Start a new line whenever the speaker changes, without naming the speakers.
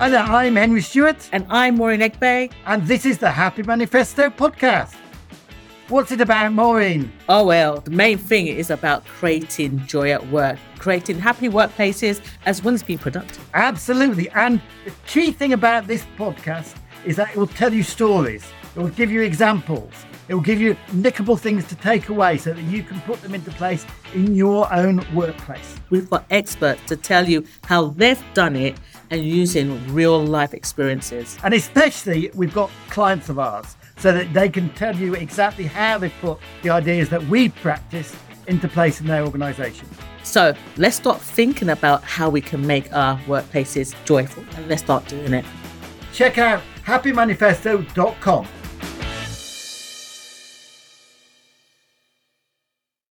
And I'm Henry Stewart,
And I'm Maureen Egbe.
and this is the Happy Manifesto podcast. What's it about, Maureen?
Oh, well, the main thing is about creating joy at work, creating happy workplaces, as well as being productive.
Absolutely. And the key thing about this podcast is that it will tell you stories, it will give you examples, it will give you nickable things to take away so that you can put them into place in your own workplace.
We've got experts to tell you how they've done it and using real life experiences.
And especially, we've got clients of ours so that they can tell you exactly how they've put the ideas that we practice into place in their organization.
So let's start thinking about how we can make our workplaces joyful and let's start doing it.
Check out happymanifesto.com